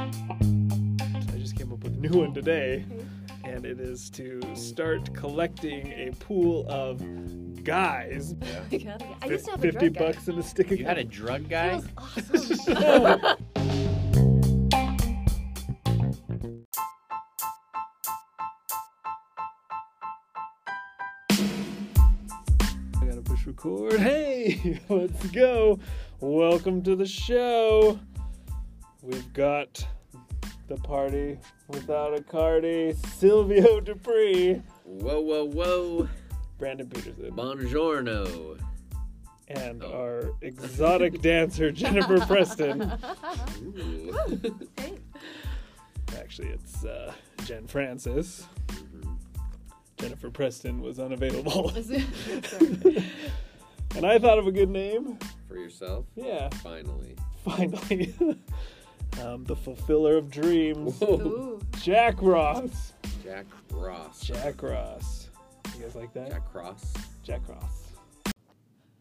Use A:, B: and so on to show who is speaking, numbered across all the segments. A: I just came up with a new one today, and it is to start collecting a pool of guys.
B: I used to have a
A: 50
B: drug
A: bucks and a stick of
C: You had a drug guy?
B: Guy. That was awesome.
A: I gotta push record. Hey, let's go. Welcome to the show. We've got the party without a cardi, Silvio Dupree,
C: Whoa, whoa, whoa.
A: Brandon Peterson,
C: Buongiorno.
A: and
C: Oh.
A: our exotic dancer, Jennifer Preston.
C: Ooh.
B: Hey,
A: Actually, it's uh, Jen Francis. Jennifer Preston was unavailable.
B: is it- that's right.
A: And I thought of a good name.
C: For yourself?
A: Yeah,
C: Finally.
A: finally. um, the Fulfiller of Dreams.
C: Whoa.
B: Ooh.
A: Jack Ross.
C: Jack Ross.
A: Jack Ross. You guys like that? Jack,
C: Jack Ross.
A: Ross.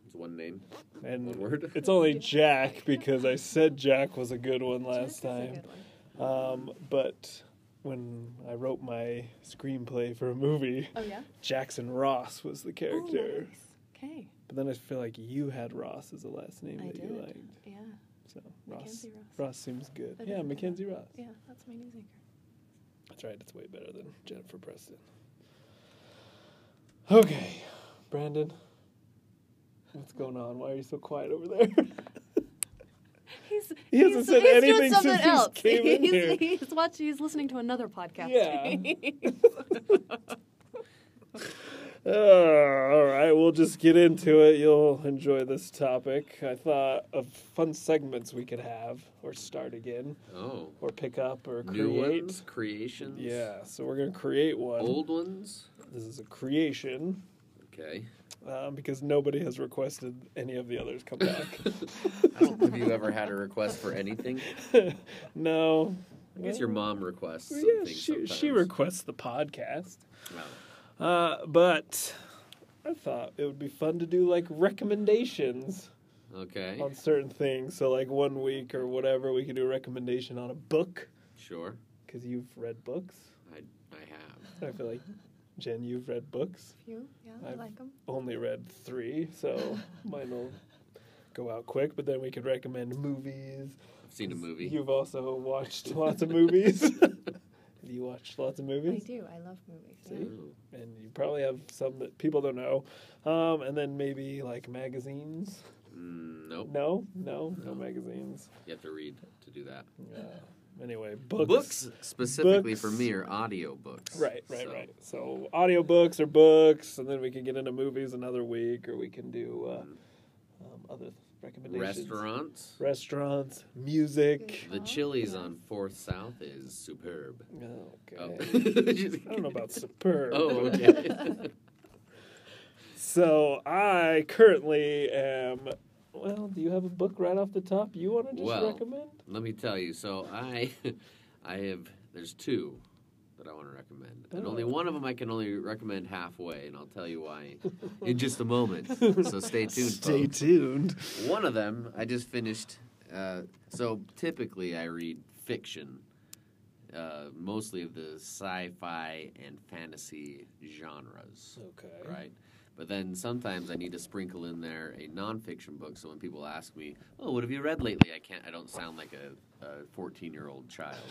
C: It's one name.
A: And
C: One word.
A: it's only Jack because I said Jack was a good one last
B: That's a
A: time.
B: good one.
A: Um, but when I wrote my screenplay for a movie,
B: Oh yeah.
A: Jackson Ross was the
B: Oh,
A: character.
B: nice. Okay.
A: But then I feel like you had Ross as a last name
B: I
A: that you
B: did.
A: liked.
B: Yeah.
A: So Ross.
B: Mackenzie Ross.
A: Ross seems good.
B: I
A: yeah,
B: didn't know
A: Mackenzie Ross.
B: Yeah, that's my news anchor.
A: That's right. It's way better than Jennifer Preston. Okay, Brandon, what's going on? Why are you so quiet over there?
B: He's
A: He
B: he's,
A: hasn't said
B: he's
A: anything
B: doing
A: since
B: something
A: he's
B: else.
A: came in
B: he's,
A: here.
B: he's watching. He's listening to another podcast.
A: Yeah. Uh, all right, we'll just get into it. You'll enjoy this topic. I thought of fun segments we could have, or start again,
C: Oh.
A: or pick up, or
C: New
A: create.
C: ones? Creations?
A: Yeah, so we're gonna create one.
C: Old ones?
A: This is a creation
C: Okay.
A: um, because nobody has requested any of the others come back.
C: I don't think you ever had a request for anything.
A: no,
C: I guess your mom requests
A: Well,
C: something
A: yeah, she, she
C: sometimes.
A: requests the podcast.
C: Wow.
A: Uh, but I thought it would be fun to do like recommendations
C: Okay.
A: on certain things. So like one week or whatever, we could do a recommendation on a book
C: Sure.
A: because you've read books.
C: I, I have.
A: I feel like Jen, you've read books.
B: You? Yeah, I
A: I've-
B: like him.
A: Only read three, so mine will go out quick. But then we could recommend movies.
C: I've seen a movie.
A: You've also watched lots of movies. have you watched lots of
B: I
A: movies?
B: do. I love movies.
A: See?
B: Yeah.
C: Oh.
A: And you probably have some that people don't know. Um, and then maybe like magazines.
C: Mm, nope.
A: No, no, Oh. no
C: No.
A: magazines.
C: You have to read to do that.
A: Yeah. Anyway, books.
C: Books, specifically for
A: Books.
C: me are audio books.
A: Right, right,
C: So,
A: right. So audiobooks or books, and then we can get into movies another week, or we can do uh, um, other th- recommendations.
C: Restaurants.
A: Restaurants, music.
C: The Chili's on Fourth South is superb.
A: Okay.
C: Oh.
A: I don't know about superb.
C: Oh,
A: but-
C: okay.
A: So I currently am. Well, do you have a book right off the top you want to just
C: Well.
A: recommend?
C: Let me tell you. So I, I have. There's two that I want to recommend, and only
A: Oh.
C: one of them I can only recommend halfway, and I'll tell you why in just a moment. So stay tuned. folks.
A: tuned.
C: One of them I just finished. Uh, so typically I read fiction, uh, mostly of the sci-fi and fantasy genres,
A: Okay.
C: right? But then sometimes I need to sprinkle in there a nonfiction book. So when people ask me, "Oh, what have you read lately?" I can't. I don't sound like a, a fourteen-year-old child.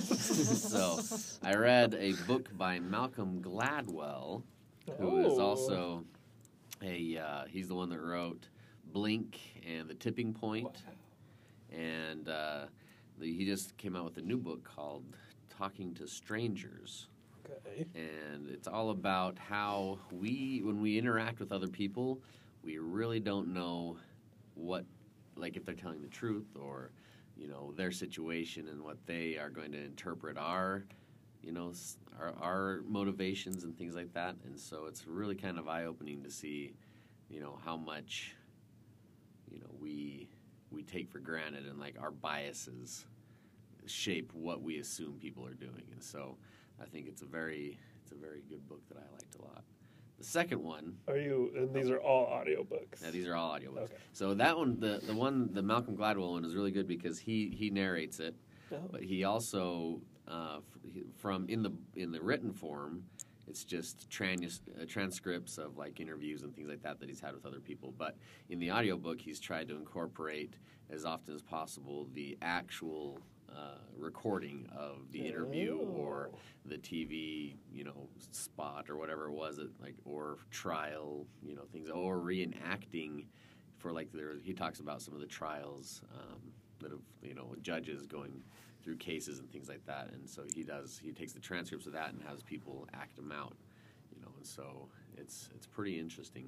C: so I read a book by Malcolm Gladwell who is
A: Oh.
C: also a uh, he's the one that wrote Blink and The Tipping Point, and uh, the, he just came out with a new book called Talking to Strangers,
A: Okay.
C: and it's all about how we when we interact with other people, we really don't know what like if they're telling the truth or you know their situation and what they are going to interpret our you know s- our, our motivations and things like that and so it's really kind of eye-opening to see you know how much you know we we take for granted and like our biases shape what we assume people are doing and so i think it's a very it's a very good book that i liked a lot The second one,
A: Are you? And these are all audiobooks.
C: now these are all audiobooks.
A: Okay.
C: So that one, the the one, the Malcolm Gladwell one, is really good because he he narrates it,
A: Oh.
C: but he also uh, f- he- from in the in the written form, it's just trans, uh, transcripts of like interviews and things like that that he's had with other people. But in the audiobook, he's tried to incorporate as often as possible the actual uh, recording of the interview or
A: Oh.
C: the TV, you know, spot or whatever it was, it, like or trial, you know, things or reenacting for like there. He talks about some of the trials um, that have you know judges going through cases and things like that, and so he does. He takes the transcripts of that and has people act them out, you know, and so it's it's pretty interesting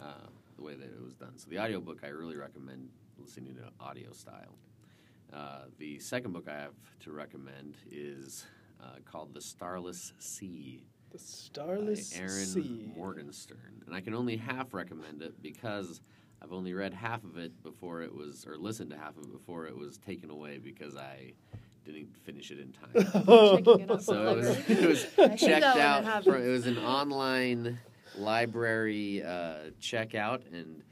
C: uh, the way that it was done. So the audiobook I really recommend listening to audio style. Uh, the second book I have to recommend is uh, called The Starless Sea
A: The
C: by
A: Starless
C: Aaron
A: Sea.
C: Morgenstern. And I can only half recommend it because I've only read half of it before it was, or listened to half of it before it was taken away because I didn't finish it in time.
B: Checking it out.
C: so it was,
B: Library.
C: it was
B: I hate
C: checked
B: that when that
C: out. For,
B: happens.
C: it was an online library uh, checkout and.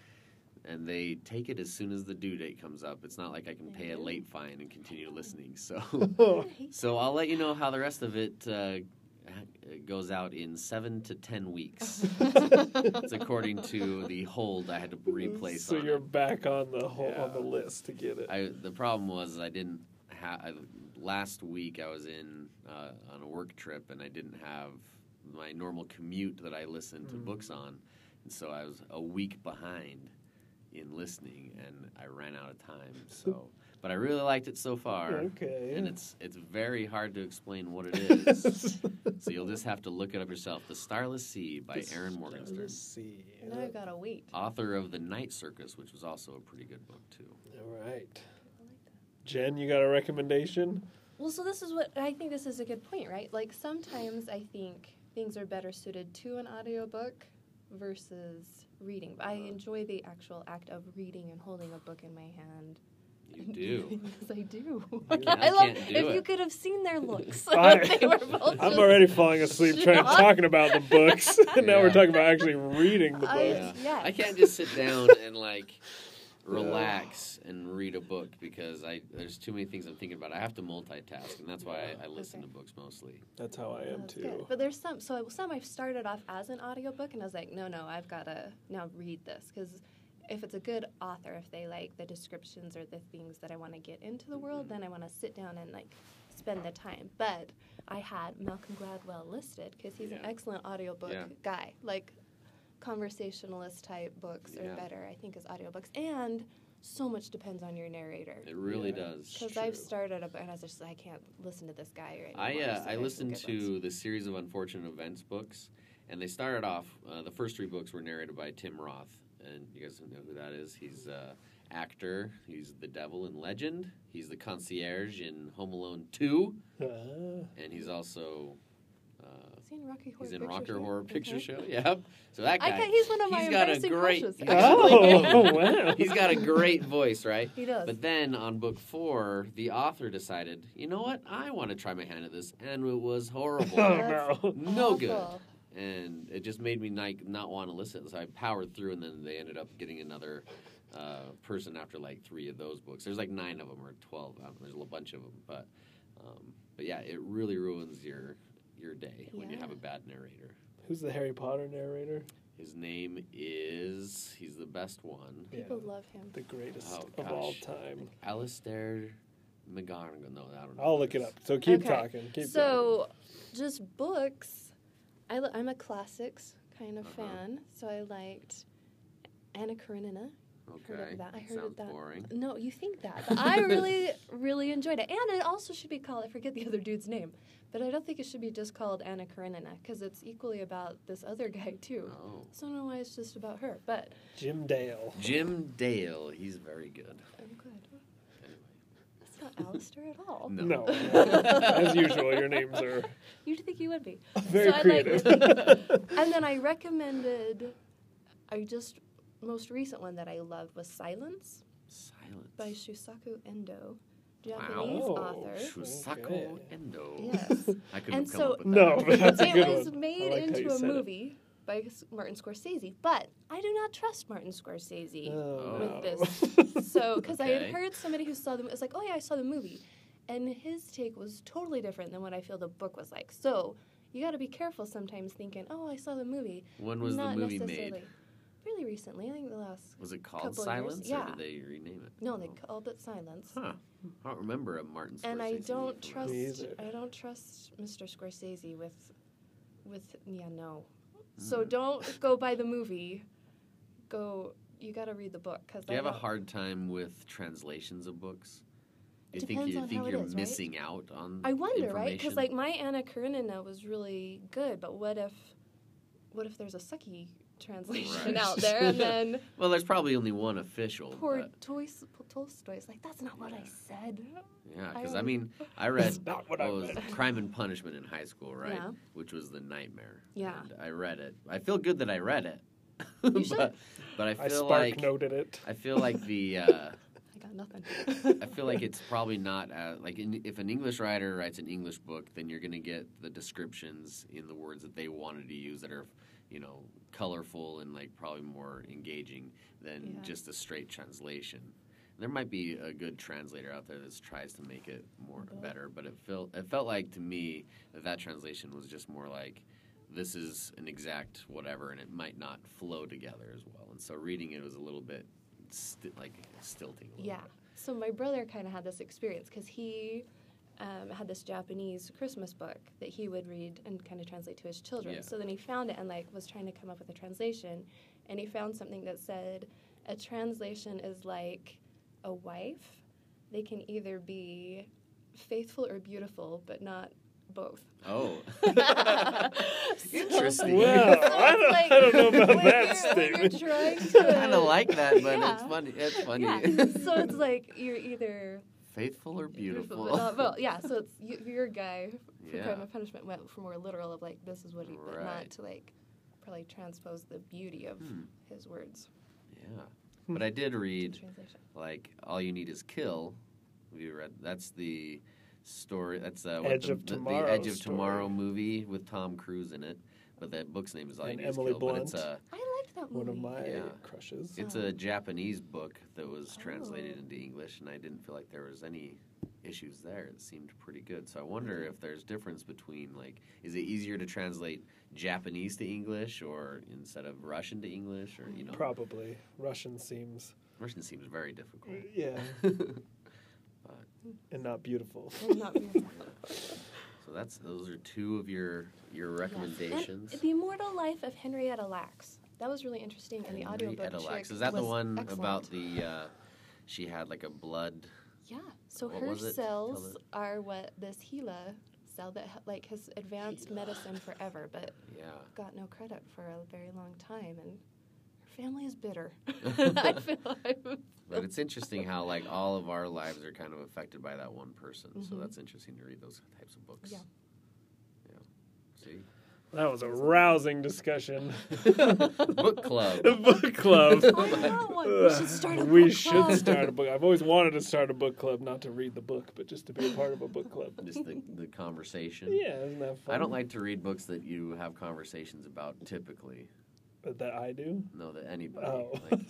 C: And they take it as soon as the due date comes up. It's not like I can pay a late fine and continue listening. So
B: I
A: Oh,
B: hate
C: So I'll let you know how the rest of it uh, goes out in seven to ten weeks. It's according to the hold I had to replace.
A: so
C: on
A: you're
C: it.
A: back on the whole, on the
C: Yeah.
A: list to get it.
C: I, the problem was I didn't. Ha- I, last week I was in uh, on a work trip and I didn't have my normal commute that I listen
A: Mm.
C: to books on, and so I was a week behind in listening, and I ran out of time. So, but I really liked it so far.
A: okay.
C: And it's it's very hard to explain what it is. so you'll just have to look it up yourself. The Starless Sea by
A: The
C: Aaron Morgenstern,
A: Starless Sea.
B: Now I gotta wait.
C: author of The Night Circus, which was also a pretty good book too.
A: All right. Jen, you got a recommendation?
D: Well, so this is what I think this is a good point, right? Like sometimes I think things are better suited to an audiobook versus reading. I
C: Uh-huh.
D: enjoy the actual act of reading and holding a book in my hand.
C: You do.
D: yes, I do.
A: Yeah,
C: I
D: I love
C: can't do
D: if
C: it.
D: you could have seen their looks.
A: I-
D: they were both
A: I'm
D: just-
A: already falling asleep trying
D: Shut
A: talking about the books. and now we're
C: Yeah.
A: talking about actually reading the
D: I-
A: books.
C: Yeah.
D: yes.
C: I can't just sit down and like relax and read a book because I there's too many things I'm thinking about. I have to multitask, and that's why I, I listen
D: Okay.
C: to books mostly.
A: That's how I am
D: That's good.
A: too.
D: But there's some, so I- some I've started off as an audiobook, and I was like, no, no, I've got to now read this because if it's a good author, if they like the descriptions or the things that I want to get into the world,
C: Mm-hmm.
D: then I want to sit down and like spend the time. But I had Malcolm Gladwell listed because he's an
C: Yeah.
D: excellent audiobook
C: Yeah.
D: guy, like conversationalist type books
C: Yeah.
D: are better, I think, as audiobooks, and so much depends on your narrator.
C: It really
A: Yeah.
C: does.
D: Because I've
A: true.
D: started, up, and I was just like, I can't listen to this guy right now.
C: I uh, I listened to the series of unfortunate events books, and they started off. Uh, the first three books were narrated by Tim Roth, and you guys know who that is. He's uh, actor. He's the devil in Legend. He's the concierge in Home Alone Two,
A: Ah.
C: and he's also uh,
D: He's in Rocky Horror
C: he's in
D: Picture
C: Rocker
D: Show.
C: Horror Picture
D: Mhm.
C: Show. Yep. So that
D: I
C: guy.
D: ca he's one of my
C: he's got a
D: embarrassing
C: great-
D: crushes.
C: he's-
A: oh,
D: actually.
A: wow.
C: He's got a great voice, right?
D: he does.
C: But then on book four, the author decided, you know what? I want to try my hand at this, and it was
A: Oh,
C: horrible.
A: no.
C: no good.
D: Awful.
C: and it just made me like not want to listen. So I powered through, and then they ended up getting another uh, person after like three of those books. There's like nine of them or twelve. I don't know, there's a little bunch of them, but um, but yeah, it really ruins your your day when you
D: Yeah.
C: have a bad narrator.
A: Who's the Harry Potter narrator?
C: His name is he's the best one,
D: People love him.
A: The greatest
C: Oh,
A: of all
C: gosh.
A: time.
C: Alistair McGonagall. No, I don't. know.
A: I'll look it up. So keep
D: Okay.
A: talking. Keep
D: So, just books. I li- I'm a classics kind of
C: Uh-huh.
D: fan, so I liked Anna Karenina.
C: Okay,
D: Heard of that. I heard
C: sounds
D: of that.
C: boring.
D: No, you think that. but I really, really enjoyed it. And it also should be called, I forget the other dude's name, but I don't think it should be just called Anna Karenina because it's equally about this other guy, too.
C: Oh,
D: So I don't know why it's just about her, but
A: going. Jim Dale.
C: Jim Dale. He's very good.
D: I'm good.
C: Anyway,
D: That's not Alistair at all.
C: No.
A: No. As usual, your names are
D: You'd think you would be.
A: very
D: So I like-
A: creative.
D: And then I recommended, I just, most recent one that I loved was Silence
C: Silence.
D: by Shusaku Endo, Japanese
C: Wow.
D: author.
C: Shusaku
A: Okay.
C: Endo.
D: Yes.
C: I couldn't
D: And
C: have come
D: so-
C: up with
A: no,
C: that.
A: but Oh, that's a
D: it
A: good
D: was
A: one.
D: made
A: I liked how you
D: into a
A: said it.
D: movie by S- Martin Scorsese, but I do not trust Martin Scorsese
A: Oh,
D: with
A: no.
D: this. So, because I
C: Okay.
D: had heard somebody who saw the movie, was like, oh yeah, I saw the movie. And his take was totally different than what I feel the book was like. So, you got to be careful sometimes thinking, oh, I saw the movie.
C: When was
D: Not
C: the movie
D: necessarily.
C: made?
D: Really recently, I think the last.
C: Was it
D: Couple
C: called
D: of years,
C: Silence or
D: yeah.
C: did they rename it?
D: No, they
C: Oh.
D: called it Silence.
C: Huh. I don't remember a Martin Scorsese.
D: and I don't
C: movie.
D: trust.
A: Me either.
D: I don't trust Mr. Scorsese with, with yeah no.
C: Mm-hmm.
D: So don't go by the movie. Go. You got to read the book because
C: Do you have a hard time with translations of books? Do you think
D: Depends
C: you
D: on
C: think
D: how it
C: you're
D: is, right?
C: missing out on?
D: I wonder, right? Because
C: information?
D: like my Anna Karenina was really good, but what if, what if there's a sucky translation
C: Right.
D: out there, and then
C: well, there's probably only one official.
D: poor
C: but-
D: Toys, Tolstoy is like, that's not what I
C: Yeah.
D: said.
C: yeah,
D: I
C: because I
D: don't-
C: mean, I
A: That's
C: read
A: not what I
C: what was
A: read.
C: it, Crime and Punishment in high school, right?
D: Yeah.
C: Which was the nightmare.
D: Yeah.
C: And I read it. I feel good that I read it. but,
D: should.
C: but I
A: I
C: feel
A: spark
C: like
A: noted it.
C: I feel like the uh,
D: I got nothing.
C: I feel like it's probably not uh, like in, if an English writer writes an English book, then you're going to get the descriptions in the words that they wanted to use that are, you know, colorful and like probably more engaging than
D: Yeah.
C: just a straight translation. There might be a good translator out there that tries to make it more
D: But-
C: better, but it felt it felt like to me that that translation was just more like this is an exact whatever, and it might not flow together as well. And so reading it was a little bit sti- like stilting. A little
D: Yeah. So my brother kind of had this experience because he um, had this Japanese Christmas book that he would read and kind of translate to his children.
C: Yeah.
D: So then he found it and like was trying to come up with a translation, and he found something that said a translation is like a wife. They can either be faithful or beautiful, but not both.
C: Oh.
D: So-
C: Interesting.
A: Wow.
D: so
A: Oh, I
D: it's
A: don't- I don't know about
D: when
A: that
D: you're-
A: statement.
D: When you're trying to,
C: kind of like that, but it's
D: Yeah.
C: funny. It's funny.
D: Yeah. So it's like you're either
C: faithful or beautiful.
D: but not both. Yeah. So it's you, your guy for
C: Yeah.
D: crime and punishment went for more literal of like this is what he, but
C: Right.
D: not to like probably transpose the beauty of
C: Hmm.
D: his words.
C: Yeah. But I did
D: in
C: read
D: Translation.
C: like all you need is kill. Have you read? That's the story. That's uh,
A: Edge
C: the,
A: of
C: the, the
A: Tomorrow
C: Edge of
A: story.
C: Tomorrow movie with Tom Cruise in it. But that book's name is All You
A: And
C: Need Is
A: Emily
C: Kill. But it's uh,
A: Blunt.
C: a
D: I liked that movie.
A: One of my
C: Yeah.
A: crushes.
C: it's
D: Oh.
C: a Japanese book that was translated
D: Oh.
C: into English, and I didn't feel like there was any issues there. It seemed pretty good. So I wonder
D: Hmm.
C: if there's difference between like, is it easier to translate Japanese to English, or instead of Russian to English, or you know,
A: Probably Russian seems
C: Russian seems very difficult.
A: yeah,
C: so
A: and not beautiful.
D: Or not beautiful.
C: that's those are two of your your
D: And
C: recommendations.
D: the Immortal Life of Henrietta Lacks. That was really interesting, and the audiobook
C: Henrietta Lacks.
D: trick
C: Is that the
D: was
C: one
D: excellent.
C: about the? Uh, she had like a blood.
D: Yeah. So
C: What
D: her
C: was it?
D: cells
C: Tell
D: are what this Gila cell that like has advanced medicine forever, but
C: Yeah.
D: got no credit for a very long time, and her family is bitter. I feel like.
A: Oh.
C: But it's interesting how like all of our lives are kind of affected by that one person. So
A: Mm-hmm.
D: Mhm.
C: that's interesting to read those types of books.
D: Yeah.
C: Yeah. See?
A: That was a rousing discussion.
C: Book club.
A: book club.
D: I want one. We should start a
A: We
D: book
A: should
D: club.
A: start a book. I've always wanted to start a book club, not to read the book, but just to be a part of a book club.
C: Just the, the conversation.
A: Yeah, isn't that fun?
C: I don't like to read books that you have conversations about typically.
A: But that. I do.
C: No, that anybody.
A: Oh,
C: Like,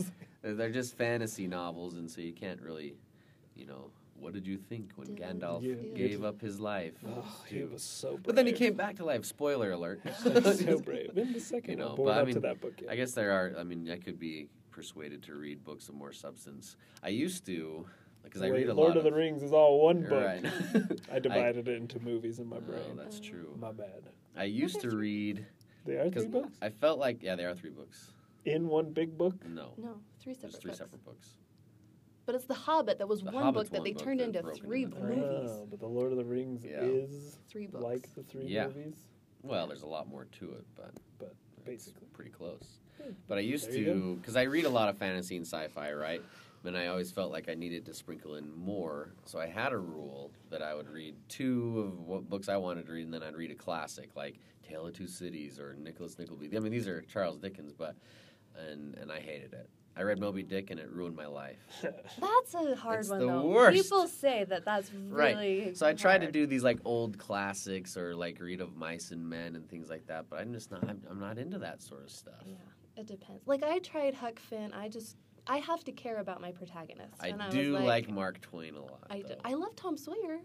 C: they're they're just fantasy novels, and so you can't really, you know, what did you think when
D: Did-
C: Gandalf
A: Yeah.
C: gave up his life?
A: oh he
C: to-
A: was so. Brave.
C: but then he came back to life. Spoiler alert.
A: so brave. In the second
C: You know,
A: one, but we're
C: but I
A: not to
C: mean,
A: that book yet.
C: I guess there are. I mean, I could be persuaded to read books of more substance. I used to, because I
A: Wait,
C: read a
A: Lord
C: lot
A: of the Rings is all one book.
C: Right.
A: I divided it into movies in my
C: oh,
A: brain.
C: that's
D: Oh.
C: true.
A: my bad.
C: I used to
D: there's-
C: read
A: They are three
C: because
A: books
C: I felt like yeah, there are three books.
A: in one big book.
C: No,
D: No, three separate
C: there's three
D: books.
C: separate books.
D: But it's The Hobbit that was
C: The
D: one
C: Hobbit's
D: book that
C: one
D: they
C: book
D: turned
C: that's
D: into
C: broken
D: three
C: into three.
D: movies.
A: Oh, but the Lord of the Rings
C: Yeah.
A: is
D: Three books.
A: like the three
C: Yeah.
A: movies,
C: Well, there's a lot more to it, but
A: but
C: it's
A: basically. Hmm.
C: pretty close. But I used
A: There you
C: to because I read a lot of fantasy and sci-fi, right? And I always felt like I needed to sprinkle in more, so I had a rule that I would read two of what books I wanted to read, and then I'd read a classic like *Tale of Two Cities* or *Nicholas Nickleby*. I mean, these are Charles Dickens, but and and I hated it. I read Moby Dick and it ruined my life.
D: That's a hard
C: It's
D: one
C: the
D: though.
C: worst.
D: People say that that's
C: Right.
D: really
C: So I tried to
D: hard.
C: do these like old classics or like read of mice and men and things like that, but I'm just not. I'm, I'm not into that sort of stuff.
D: Yeah, it depends. Like I tried Huck Finn. I just I have to care about my protagonist.
C: I
D: and
C: do
D: I was
C: like, Mark Twain a lot.
D: I do.
C: though.
D: I love Tom Sawyer,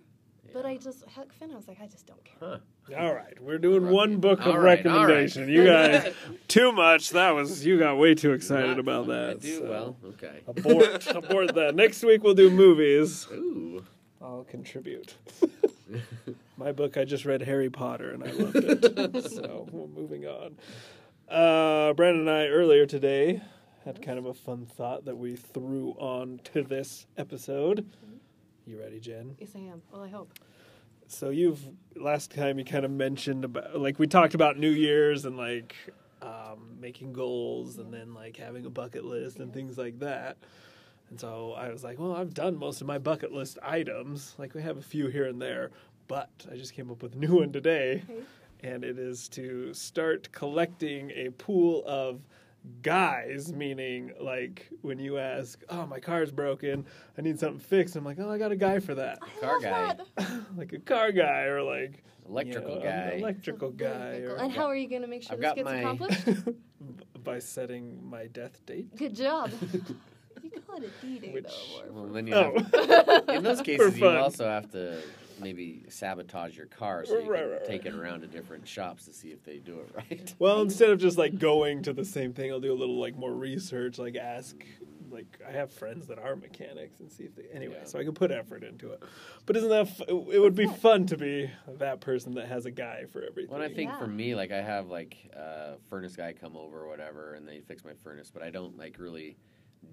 D: but
C: Yeah.
D: I just Huck Finn. I was like, I just don't care.
A: All right, we're doing
C: Right.
A: one book
C: All
A: of
C: right, all right.
A: recommendation. You guys, too much. That was you got way too excited
C: Not-
A: about that.
C: I do.
A: so
C: Well, okay.
A: abort, abort that. Next week we'll do movies.
C: Ooh.
A: I'll contribute. My book, I just read Harry Potter and I loved it. so we're moving on. Uh, Brandon and I earlier today had kind of a fun thought that we threw on to this episode. You ready, Jen?
D: Yes, I am. Well, I hope.
A: So you've last time you kind of mentioned about like we talked about New Year's and like um, making goals and then like having a bucket list and things like that. And so I was like, well, I've done most of my bucket list items. Like we have a few here and there, but I just came up with a new one today,
D: Okay.
A: and it is to start collecting a pool of guys meaning like when you ask oh my car's broken i need something fixed i'm like oh i got a guy for that
D: I
C: Car
D: love
C: guy.
D: that.
A: like a car guy or like
C: Electrical
A: you know,
C: guy.
A: an electrical
D: It's a
A: guy
D: really good
A: or
D: goal. And how are you going to make sure
C: I've
D: this
C: got
D: gets
C: my-
D: accomplished?
A: by setting my death date
D: Good job. you call it a D-Day
A: Which-
D: though. Or...
C: well, then you
A: oh
C: have, in those cases, you
A: fun.
C: also have to maybe sabotage your car so you
A: Right,
C: can
A: right,
C: take it around to different shops to see if they do it right.
A: well instead of just like going to the same thing i'll do a little like more research like ask like i have friends that are mechanics and see if they anyway
C: Yeah.
A: so i can put effort into it but isn't that f- it would be fun to be that person that has a guy for everything
C: Well, and I think
D: Yeah.
C: for me, like I have like uh, furnace guy come over or whatever, and they fix my furnace, but I don't like really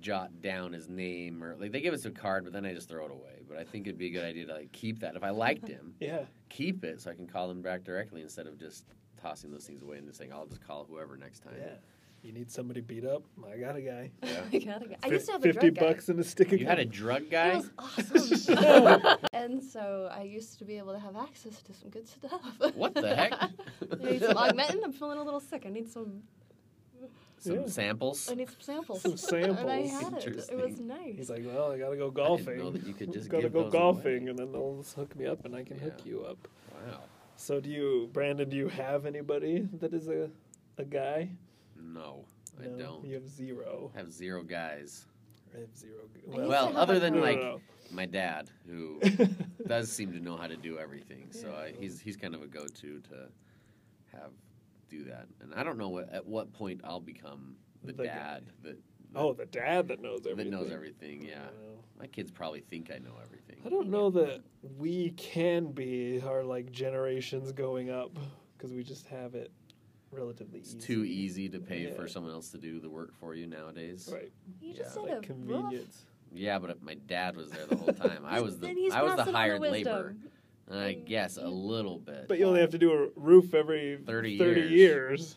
C: jot down his name or like they give us a card, but then I just throw it away. But I think it'd be a good idea to like keep that if I liked him,
A: yeah
C: keep it so I can call him back directly instead of just tossing those things away and just saying I'll just call whoever next time.
A: yeah you need somody beat up i got a guy
C: Yeah.
D: I gotta go. I used to have a
A: 50
D: drug guy.
A: bucks and a stick of
C: You had a drug guy.
D: It was awesome. and so I used to be able to have access to some good stuff.
C: What the heck?
D: I need some augmentin. I'm feeling a little sick. I need some.
C: Some
A: Yeah.
C: samples.
D: I need some samples.
A: Some
D: And I
A: samples.
D: had it. It was
C: Interesting.
D: nice.
A: He's like, well, I gotta go
C: know
A: golfing.
C: that you could just
A: gotta
C: give
A: go
C: those
A: golfing,
C: away.
A: and then they'll just hook me up, and I can hook
C: Yeah.
A: you up.
C: Wow.
A: So, do you, Brandon? Do you have anybody that is a a guy?
C: No, I
A: No,
C: don't.
A: You have zero.
C: I have zero guys.
A: I have zero. g-
D: I used to
C: Well,
D: have
C: other
D: a
C: than,
A: no,
D: girl.
C: like-
A: no,
C: My dad, who
A: no.
C: does seem to know how to do everything, so I,
A: Yeah.
C: he's he's kind of a go-to to have do that. And I don't know what, at what point I'll become the,
A: The
C: dad that
A: oh, the dad that knows everything.
C: that knows everything. Yeah,
A: Wow.
C: my kids probably think I know everything.
A: I don't know that we can be our like generations going up because we just have it relatively
C: It's
A: easy.
C: too easy to pay
A: Yeah.
C: for someone else to do the work for you nowadays.
A: Right.
D: You just
C: Yeah.
D: said
A: Like
D: a rough.
A: convenience.
C: Yeah, but my dad was there the whole time. I was the
D: Then he's
C: I was
D: passing
C: the
D: on
C: hired
D: wisdom.
C: labor. I guess a little bit.
A: But you only have to do a roof every
C: 30 years.
A: years.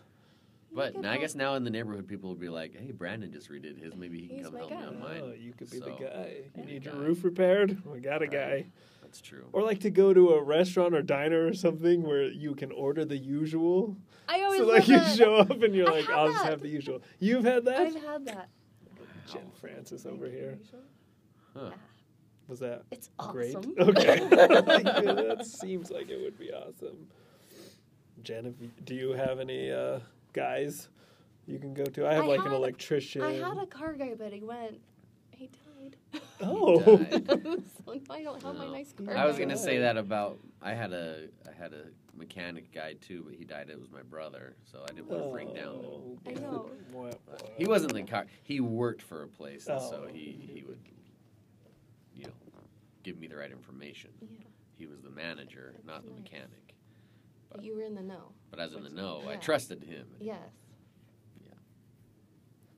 D: You
C: But
D: could
C: now, I
D: help.
C: guess now in the neighborhood, people will be like, "Hey, Brandon just redid his. Maybe he can
D: He's
C: come
D: my
C: help me
D: guy."
C: on
A: Oh,
C: mine."
A: you could be the
C: So-
A: guy. You
C: Yeah.
A: need your
C: Guy.
A: roof repaired? We got a
C: Right.
A: guy.
C: That's true.
A: Or like to go to a restaurant or diner or something where you can order the usual.
D: I always
A: So
D: love
A: like you
D: that.
A: show up and you're
D: I
A: like,
D: have
A: I'll just
D: that.
A: have the usual. You've had that?
D: I've had that.
A: Jen Francis over here.
C: Huh.
A: Was that
D: It's awesome.
A: great? Okay. Yeah, that seems like it would be awesome. Jen, have you- do you have any uh, guys you can go to? I have
D: I
A: like an
D: had-
A: electrician.
D: I had a car guy, but he went. He died.
A: oh.
C: He died.
D: so I don't have my
C: No.
D: nice car.
C: I was
A: Oh,
C: gonna
A: God.
C: say that about. I had a I had a mechanic guy too, but he died. It was my brother, so I didn't want to bring down.
A: Oh,
D: I know.
A: Wah, wah.
C: He wasn't the car. He worked for a place, and so
A: Oh.
C: he he would, you know, give me the right information.
D: Yeah.
C: He was the manager,
D: That's
C: not the
D: nice.
C: mechanic.
D: But you were in the know.
C: But as in the
D: Which-
C: know, I
D: yeah.
C: trusted him.
D: Yes.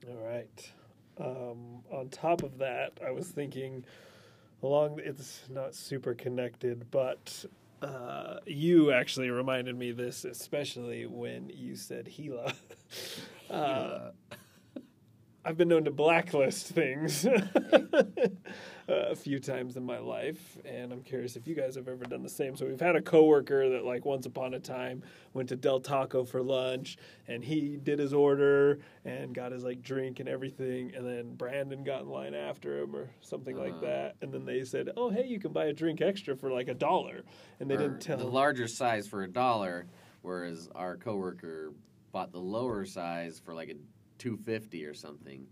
A: All right. Um, on top of that, I was thinking along. It's not super connected, but uh, you actually reminded me this, especially when you said Gila. Uh, I've been known to blacklist things. a few times in my life, and I'm curious if you guys have ever done the same. So we've had a coworker that like once upon a time went to Del Taco for lunch, and he did his order and got his like drink and everything, and then Brandon got in line after him or something like
C: Uh-huh.
A: that, and then they said, "Oh hey, you can buy a drink extra for like a dollar," and they
C: or
A: didn't tell.
C: the
A: him.
C: larger size for a dollar, whereas our coworker bought the lower size for like a two fifty or something.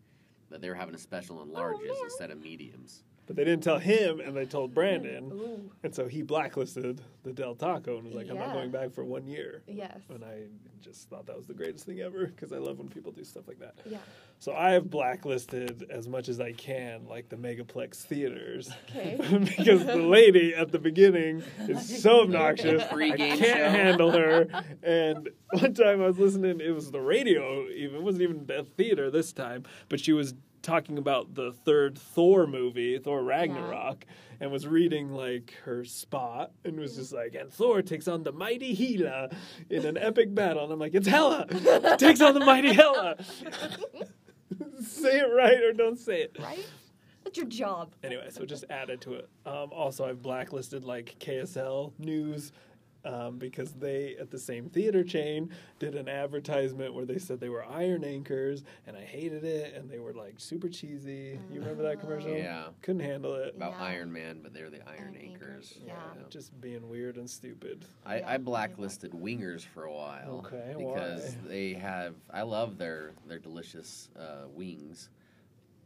C: That they were having a special
A: Oh,
C: on larges instead of mediums.
A: But they didn't tell him, and they told Brandon,
D: Ooh.
A: and so he blacklisted the Del Taco and was like, "I'm not
D: Yeah.
A: going back for one year."
D: Yes.
A: And I just thought that was the greatest thing ever because I love when people do stuff like that.
D: Yeah.
A: So I have blacklisted as much as I can, like the megaplex theaters,
D: Okay.
A: because the lady at the beginning is so obnoxious.
C: Free
A: I
C: game
A: can't
C: show.
A: handle her. And one time I was listening, it was the radio, even it wasn't even the theater this time, but she was talking about the third Thor movie, Thor Ragnarok, and was reading like her spot and was just like, and Thor takes on the mighty Hela in an epic battle. And I'm like, it's Hela! takes on the mighty Hela! say it right or don't say it.
D: Right? That's your job.
A: Anyway, so just added to it. Um, also, I've blacklisted like KSL News um, because they, at the same theater chain, did an advertisement where they said they were iron anchors, and I hated it, and they were like super cheesy. You remember that commercial?
C: Yeah.
A: Couldn't handle it.
C: About
D: Yeah.
C: Iron Man, but they were the Iron
D: Iron
C: Anchors.
D: Anchors, yeah.
A: Just being weird and stupid.
C: I,
D: Yeah,
C: I
D: I
C: blacklisted Wingers for a while
A: Okay,
C: because
A: why?
C: they have. I love their their delicious uh, wings,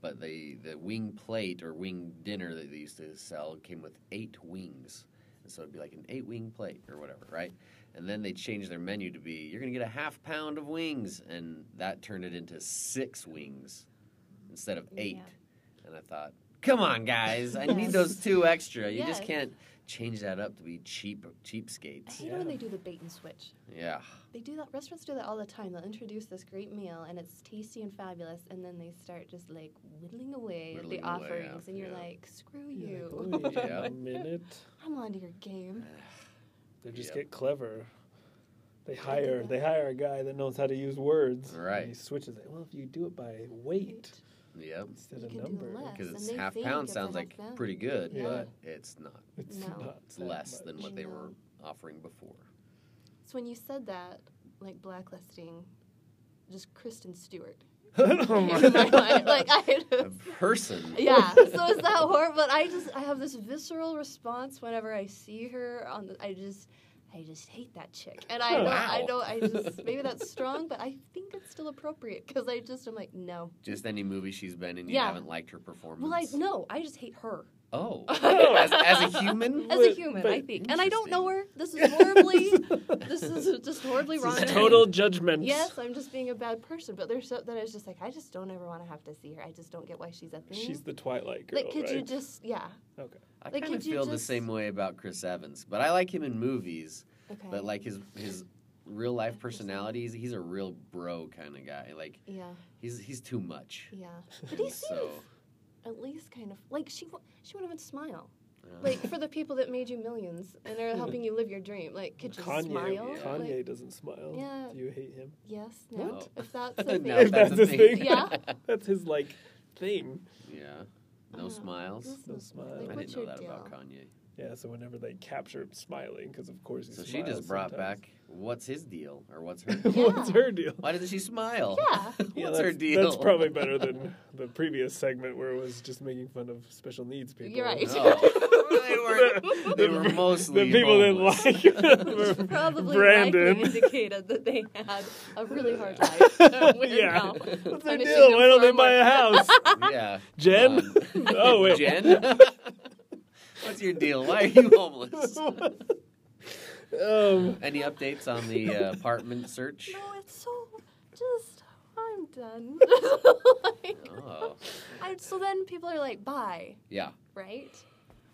C: but they the wing plate or wing dinner that they used to sell came with eight wings, and so it'd be like an eight wing plate or whatever, right? And then they changed their menu to be you're gonna get a half pound of wings, and that turned it into six wings instead of eight. And I thought, come on, guys, I need
D: Yes.
C: those two extra. You just
D: Yes.
C: can't change that up to be cheap cheapskates.
D: I hate it when they do the bait and switch.
C: Yeah.
D: They do that. Restaurants do that all the time. They'll introduce this great meal and it's tasty and fabulous, and then they start just like whittling away at
C: Whittling
D: the
C: away,
D: offerings, and you're
C: yeah.
D: like, "Screw
A: You're
D: you!
A: like, "Oh, Wait
C: Yeah.
A: a minute.
D: I'm on to your game."
A: They just
C: Yep.
A: get clever. They
D: do
A: hire
D: that.
A: they hire a guy that knows how to use words.
C: Right.
A: And he switches it. Well, if you do it by weight
C: Yep.
A: instead
D: You
A: of
D: can do
A: number,
D: less.
C: Because
D: And
C: it's
D: they
C: half
D: think
C: pound
D: it's a
C: sounds
D: half
C: like
D: pound.
C: pretty good,
A: Yeah.
C: but it's not.
A: it's
D: No.
A: not
C: It's
A: that much.
C: less than what they were
D: No.
C: offering before.
D: So when you said that, like blacklisting, just Kristen Stewart.
A: oh
D: came to my mind. Like I.
C: A person.
D: Yeah, so it's that horrible. But I just I have this visceral response whenever I see her on the. I just I just hate that chick, and I don't I
C: Wow.
D: don't I just maybe that's strong, but I think it's still appropriate because I just I'm like no,
C: Just any movie she's been in, you
D: Yeah.
C: haven't liked her performance.
D: well I no I just hate her
C: Oh. as, as a human?
D: as a
A: But-
D: human
A: but-
D: I think, and I don't know her. This is horribly this is just horribly
C: This
D: wrong.
C: is
D: of me.
A: Total judgment.
D: Yes, I'm just being a bad person, but there's so that I was just like I just don't ever want to have to see her. I just don't get why she's a thing.
A: She's the Twilight girl,
D: like, could
A: right?
D: you just yeah
A: okay.
C: I
D: Like,
C: kind of
D: could you
C: feel the
D: just-
C: same way about Chris Evans, but I like him in movies.
D: okay
C: But like his his real
D: Personality.
C: life personality, he's- he's a real bro kind of guy. Like
D: yeah
C: he's he's too much.
D: yeah. But he seems
C: So
D: at least kind of like she wo- she won't even smile.
C: uh,
D: Like for the people that made you millions and are helping you live your dream, like could you
A: Kanye,
D: smile?
C: yeah.
A: Kanye
D: Like,
A: doesn't smile.
D: Yeah.
A: Do you hate him?
D: yes, no.
C: What?
D: If that's the thing.
C: now
A: If
C: that's a
A: that's his
C: thing.
A: thing.
D: Yeah.
A: That's his like thing.
C: Yeah. No
D: Uh,
C: smiles.
D: Just
A: No
D: no
A: smile.
D: smile.
A: I
D: Like,
C: I
D: what's
C: didn't know
D: your
C: that
D: deal?
C: about Kanye.
A: Yeah. So whenever they capture him smiling, because of course he
C: So she just
A: smiles
C: brought
A: sometimes.
C: back what's his deal or what's her
D: Yeah.
A: What's her deal?
C: Why doesn't she smile?
D: Yeah.
C: what's
A: Yeah,
C: her
A: that's,
C: deal?
A: That's probably better than the previous segment where it was just making fun of special needs people.
D: You're right.
C: No. they were they were
A: The- The
C: mostly
A: people didn't
C: homeless.
A: like
D: Which
A: him.
D: probably
A: Brandon.
D: likely indicated that they had a really hard life. We're
A: Yeah.
D: now
A: What's their
D: punishing
A: deal?
D: them
A: Why don't
D: far
A: they buy a
D: more.
A: house?
C: Yeah.
A: Jen?
C: Um,
A: oh wait.
C: Jen. what's your deal? Why are you homeless?
A: um,
C: Any updates on the uh, apartment search?
D: No, it's so just I'm done. like,
C: Oh.
D: I, so then people are like, bye.
C: Yeah.
D: right?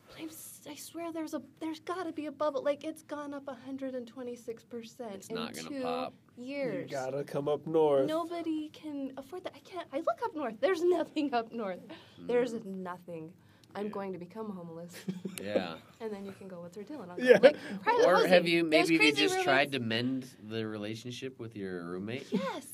D: But I'm, si swear there's a there's got to be a bubble. Like it's gone up 126 percent.
C: It's not
D: in
C: gonna
D: two
C: pop.
A: you
D: Years.
A: gotta come up north.
D: Nobody can afford that. I can't. I look up north. There's nothing up north. There's nothing. I'm
C: Mm. Yeah.
D: going to become homeless,
C: Yeah.
D: and then you can go. What's her deal? And I'll go,
A: Yeah.
D: Like, private
C: Or
D: housing.
C: have you
D: There's
C: maybe you
D: crazy
C: just
D: roommates.
C: tried to mend the relationship with your roommate?
D: Yes.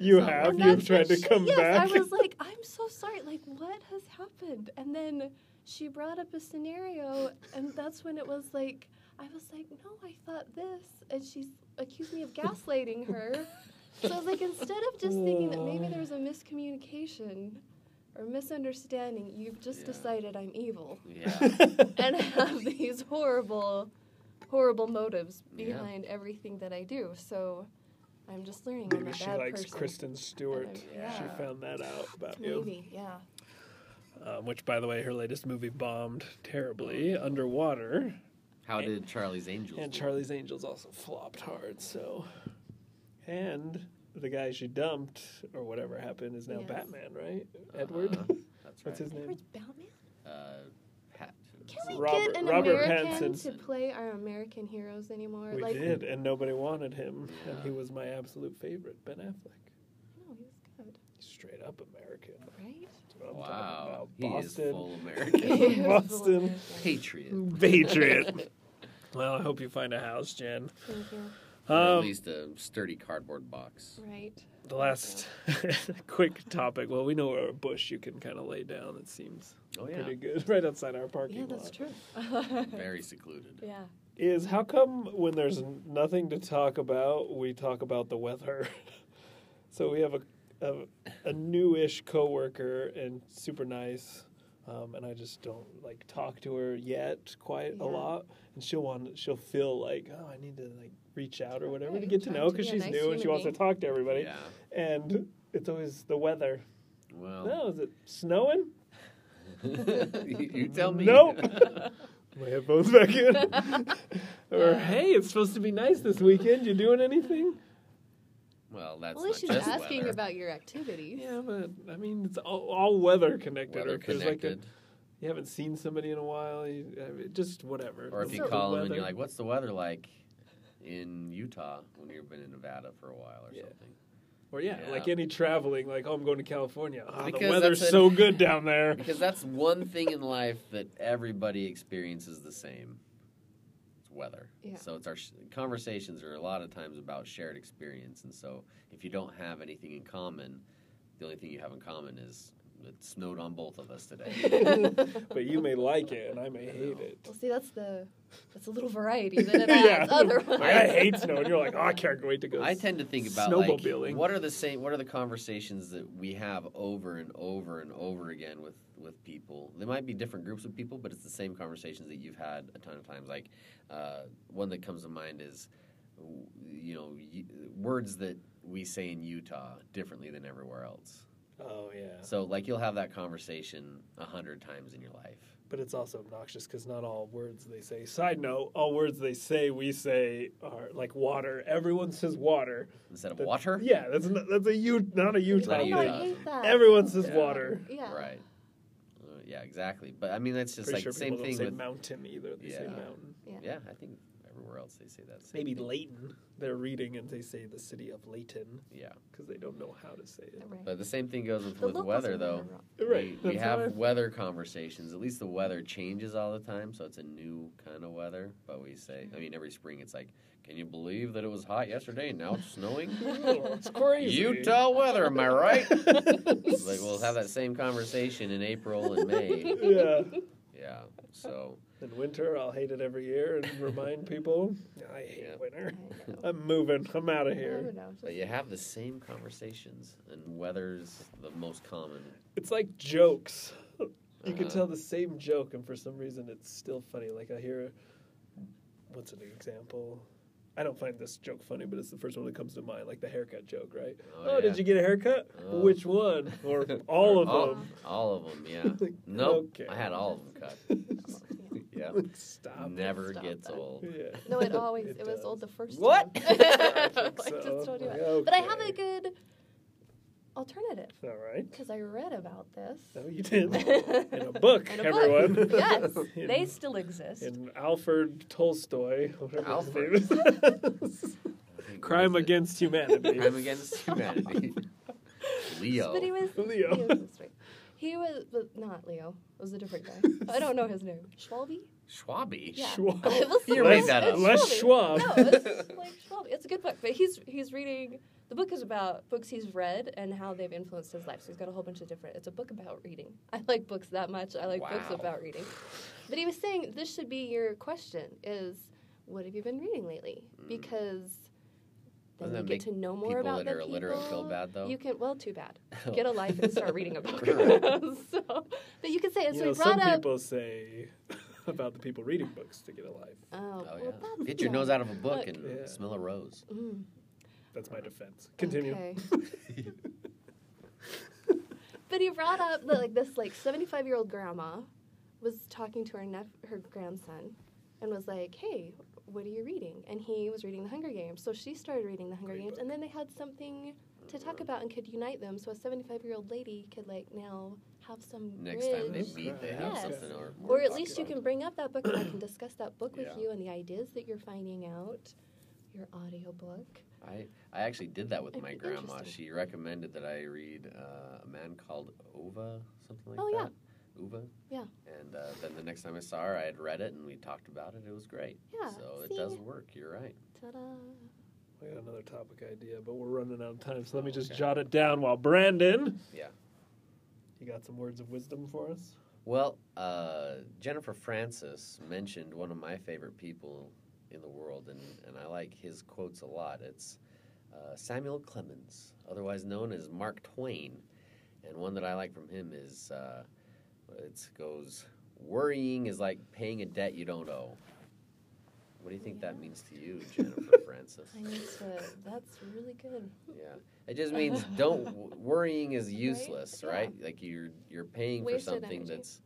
A: You
C: It's not
A: have.
D: And
A: You've
D: that's when
A: tried to
D: she-
A: come
D: yes,
A: back.
D: I was like, I'm so sorry. Like, what has happened? And then she brought up a scenario, and that's when it was like, I was like, no, I thought this, and she's accused me of gaslighting her. So I was like, instead of just thinking that maybe there was a miscommunication or misunderstanding, you've just
C: Yeah.
D: decided I'm evil
C: Yeah.
D: and have these horrible, horrible motives
C: Yeah.
D: behind everything that I do. So I'm just learning. I'm
A: Maybe
D: a
A: she
D: bad
A: likes
D: person.
A: Kristen Stewart.
D: And I'm-
A: She
D: yeah.
A: found that out about you.
D: Maybe, yeah.
A: Um, which, by the way, her latest movie bombed terribly, Underwater.
C: How did Charlie's Angels?
A: And
C: do?
A: Charlie's Angels also flopped hard, so. And the guy she dumped, or whatever happened, is now
D: Yes.
A: Batman, right? Edward?
C: Uh-huh. That's
A: What's
C: right.
A: his name?
D: Edward's Batman?
C: Uh, Pat.
D: Can we
A: Robert-
D: get an
A: Robert
D: American
A: Pattinson.
D: to play our American heroes anymore?
A: We
D: like,
A: did, and nobody wanted him, and
C: Yeah.
A: he was my absolute favorite, Ben Affleck.
D: no, he was good,
A: Straight up American.
D: right?
A: That's what I'm talking
C: Wow.
A: about.
C: He is
A: Boston Um,
C: full American.
D: He was full
A: Boston.
D: American.
C: Patriot.
A: Patriot. well, I hope you find a house, Jen.
D: Thank you.
C: Or
A: Um,
C: at least a sturdy cardboard box.
D: Right.
A: The last quick topic. Well, we know where a bush you can kind of lay down. It seems
C: Oh yeah.
A: pretty good, right outside our parking
D: Yeah, that's
A: lot.
D: true.
C: Very secluded.
D: yeah.
A: Is how come when there's nothing to talk about, we talk about the weather? so we have a a, a newish coworker and super nice. Um, and I just don't like talk to her yet quite
D: Yeah.
A: a lot, and she'll want she'll feel like oh I need to like reach out or whatever to
D: Right,
A: get to
D: try
A: know
D: to
A: because
D: be a
A: she's
D: nice
A: new and she
D: human
A: wants to
D: being.
A: talk to everybody,
C: Yeah.
A: and it's always the weather.
C: Well.
A: No, is it snowing?
C: you, you tell me.
A: Nope. My headphones back in. or hey, it's supposed to be nice this weekend. You doing anything?
C: well, that's
D: Well, at
C: not
D: least she's
C: just
D: asking
C: weather.
D: about your activities.
A: Yeah, but I mean, it's all, all weather connected.
C: weather
A: or if there's
C: connected.
A: Like a, you haven't seen somebody in a while. You, I mean, just whatever.
C: or if you
D: So-
C: call them and
A: Weather.
C: you're like, "What's the weather like in Utah?" When you've been in Nevada for a while or
A: Yeah.
C: something.
A: or yeah,
C: yeah.
A: like any traveling, like oh, I'm going to California. Ah, the
C: Because
A: weather's
C: that's a-
A: so good down there.
C: Because that's one thing in life that everybody experiences the same. It's weather.
D: Yeah.
C: So it's our sh- conversations are a lot of times about shared experience, and so if you don't have anything in common, the only thing you have in common is it snowed on both of us today.
A: but you may like it, and I may hate it.
D: Well, see, that's the that's a little variety that it adds.
A: yeah,
D: Otherwise,
A: I hate snow, and you're like, oh, I can't wait to go.
C: I tend to think about like
A: snowmobiling.
C: what are the same what are the conversations that we have over and over and over again with with people. They might be different groups of people, but it's the same conversations that you've had a ton of times. Like uh, one that comes to mind is w- you know y- words that we say in Utah differently than everywhere else.
A: oh yeah.
C: So like you'll have that conversation a hundred times in your life.
A: But it's also obnoxious because not all words they say. Side note: all words they say, we say are like water. Everyone says water.
C: Instead of
A: That-
C: water,
A: Yeah, that's not, that's a U, not a
D: It's
A: Utah
D: like,
A: thing.
D: oh, I
C: Utah.
D: hate that.
A: Everyone says
C: Yeah.
A: water.
D: Yeah.
C: right? Uh, yeah, exactly. But I mean that's just
A: Pretty
C: like
A: sure
C: the same
A: people don't
C: thing
A: say
C: with
A: mountain either. They say
C: Yeah.
A: mountain.
C: yeah. I think everywhere else they say that. same
A: Maybe
C: thing.
A: Leighton. They're reading and they say the city of Leighton
C: Yeah.
A: because they don't know how to say it.
D: Right.
C: But the same thing goes with,
D: The
C: with
D: locals
C: weather,
D: are
C: though.
D: wrong.
A: Right.
C: We, we
A: that's
C: have
A: what I-
C: weather conversations. At least the weather changes all the time, so it's a new kind of weather. But we say, I mean, every spring it's like, can you believe that it was hot yesterday and now it's snowing?
A: Oh, it's crazy.
C: Utah weather, am I right? It's like we'll have that same conversation in April and May.
A: yeah.
C: Yeah. So
A: In winter, I'll hate it every year and remind people I hate
C: Yeah.
A: winter.
D: I know.
A: I'm moving. I'm out of
D: I
A: here.
D: don't know.
C: but you have the same conversations and weather's the most common.
A: It's like jokes. You can
C: Uh-huh.
A: tell the same joke, and for some reason, it's still funny. Like I hear, what's an example? I don't find this joke funny, but it's the first one that comes to mind, like the haircut joke, right?
C: Oh,
A: Oh,
C: yeah.
A: did you get a haircut?
C: Oh.
A: Which one? Or all of
C: all,
A: them?
C: All of them, yeah. Nope.
A: Okay.
C: I had all of them cut. Yeah.
A: Like, Stop.
C: Never
D: Stop
C: gets
D: that.
C: old.
A: Yeah.
D: No, it always
A: It
D: it, was
A: does.
D: old the first
C: What?
D: time.
C: I
A: think
D: I just
A: so.
D: told you
A: Like,
D: that. But I have
A: okay.
D: a good alternative
A: All right.
D: because I read about this.
A: No, you did. In a
D: In
A: book,
D: a book.
A: everyone.
D: yes,
A: In-
D: they still exist.
A: in Alfred Tolstoy, whatever his name is.
C: I think-
A: Crime
C: what is it?
A: Against Humanity.
C: Crime Against Humanity. Leo.
D: But he was
A: Leo.
D: He was, this way. he was but not Leo. It was a different guy. I don't know his name. Schwalbe?
C: Schwabi.
D: Yeah.
A: Schwab.
D: I was
C: You
D: like,
C: made that
D: it's
C: up.
A: Les Schwab.
D: Schwalbe. No, it's like Schwalbe. It's a good book, but he's he's reading the book is about books he's read and how they've influenced his life. So he's got a whole bunch of different. It's a book about reading. I like books that much. I like books
C: Wow.
D: about reading. But he was saying this should be your question: is what have you been reading lately? Because then
C: Hmm. Doesn't
D: you
C: that
D: get to
C: make
D: know more
C: people
D: about
C: that
D: the
C: are illiterate feel
D: people.
C: bad, though? Oh.
D: You can well, too bad. Get a life and start reading a book.
C: Right.
D: so, but you can say it.
A: you
D: So
A: know,
D: he brought
A: some
D: up.
A: people say about the people reading books to get a life.
D: oh,
C: Oh,
D: well,
C: yeah.
D: that's
C: Get your
D: not-
C: nose out of a book
D: Look.
C: and
A: Yeah.
C: smell a rose.
D: Mm,
A: That's my defense. Continue.
D: okay. But he brought up that like this like 75 year old grandma was talking to her nep- her grandson and was like, "Hey, what are you reading?" And he was reading The Hunger Games. So she started reading The Hunger
A: Great
D: Games and then they had something to talk about and could unite them. So a 75 year old lady could like now have some
C: Next time they
D: bridge.
A: Yes.
C: meet, they have
D: Yes.
C: something. Or, more
D: or
C: to
D: at
C: talk
D: least you
C: about.
D: can bring up that book and I can discuss that book with
C: Yeah.
D: you and the ideas that you're finding out. Your audiobook.
C: I, I actually did that with
D: That'd
C: my
D: be
C: grandma.
D: interesting.
C: She recommended that I read uh, a man called Ova, something like
D: Oh, yeah.
C: that. Uva.
D: Yeah.
C: And uh, then the next time I saw her, I had read it and we talked about it. It was great.
D: Yeah,
C: So
D: see?
C: it does work. You're right.
D: Ta-da.
A: I got another topic idea, but we're running out of time, so let
D: Oh,
A: me just
C: Okay.
A: jot it down while Brandon.
C: Yeah.
A: You got some words of wisdom for us?
C: Well, uh, Jennifer Francis mentioned one of my favorite people in the world, and, and I like his quotes a lot. It's uh, Samuel Clemens, otherwise known as Mark Twain. And one that I like from him is uh, it goes, Worrying is like paying a debt you don't owe. What do you think that means to you, Jennifer Francis?
D: I need to. That's really good.
C: Yeah, it just means don't w- worrying is useless,
D: Yeah.
C: right? Like you're you're paying for
D: Wasted
C: something
D: energy.
C: that's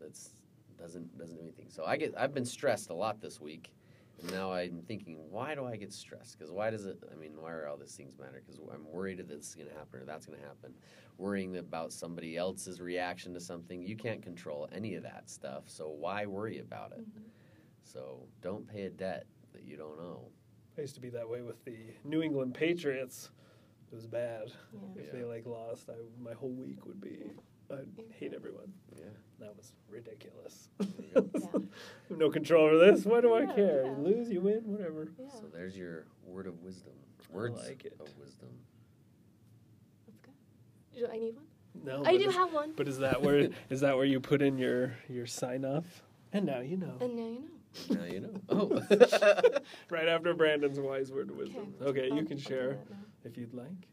C: that's doesn't doesn't do anything. So I get I've been stressed a lot this week, and now I'm thinking, why do I get stressed? Because why does it? I mean, why are all these things matter? Because I'm worried that this is going to happen or that's going to happen, worrying about somebody else's reaction to something. You can't control any of that stuff, so why worry about it?
D: Mm-hmm.
C: So don't pay a debt that you don't owe.
A: I used to be that way with the New England Patriots. It was bad.
D: Yeah.
A: If
C: Yeah.
A: they like lost, I, my whole week would be I'd hate everyone.
C: Yeah.
A: That was ridiculous.
C: There
D: Yeah.
A: I have no control over this. Why do I
D: Yeah,
A: care?
D: yeah.
A: You lose, you win, whatever.
D: Yeah.
C: So there's your word of wisdom. Words
A: like it.
C: of wisdom.
D: That's good. Do I need one?
A: No, Oh,
D: I
A: but
D: do
A: is-
D: have one.
A: But is that where is that where you put in your your sign off? And now you know.
D: And now you know.
C: Now you know. Oh.
A: Right after Brandon's wise word of wisdom. Okay,
D: Um,
A: you
D: I'll
A: can
D: do
A: share
D: that now.
A: if you'd like.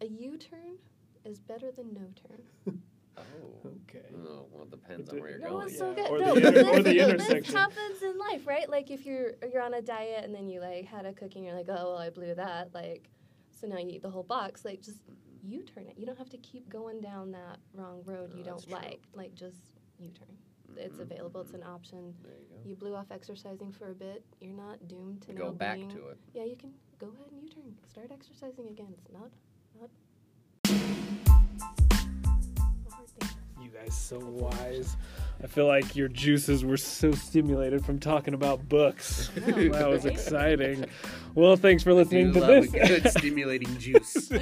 D: A U turn is better than no turn.
C: oh.
A: Okay.
C: Oh, well, it depends on
A: Did-
C: where you're
A: That
D: That
C: going.
D: was so
A: yeah.
D: good.
A: Or
D: no,
A: the
D: but
A: inter- or
D: this,
A: the
D: but This
A: intersection.
D: happens in life, right? Like if you're you're on a diet and then you like had a cookie and you're like, oh well, I blew that. Like, so now you eat the whole box. Like just U turn it. You don't have to keep going down that wrong road
C: No,
D: you
C: that's
D: don't
C: true.
D: like. Like just U turn. It's
A: Mm-hmm.
C: Mhm,
D: available. It's
C: mhm.
D: an option.
C: There you go.
D: You blew off exercising for a bit. You're not doomed to
C: You go
D: now
C: back
D: being-
C: to it.
D: Yeah, you can go ahead and U-turn. Start exercising again. It's not not a hard thing.
A: You guys so wise. I feel like your juices were so stimulated from talking about books.
D: know,
A: that was
D: right?
A: exciting. Well, thanks for
C: Do
A: listening to
C: love
A: this.
C: a good stimulating juice.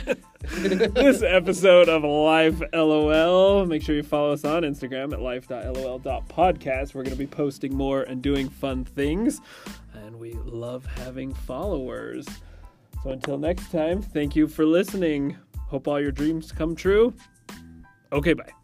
A: this episode of Life LOL. Make sure you follow us on Instagram at life.lol.podcast. We're going to be posting more and doing fun things, and we love having followers. So until next time, thank you for listening. Hope all your dreams come true. Okay, bye.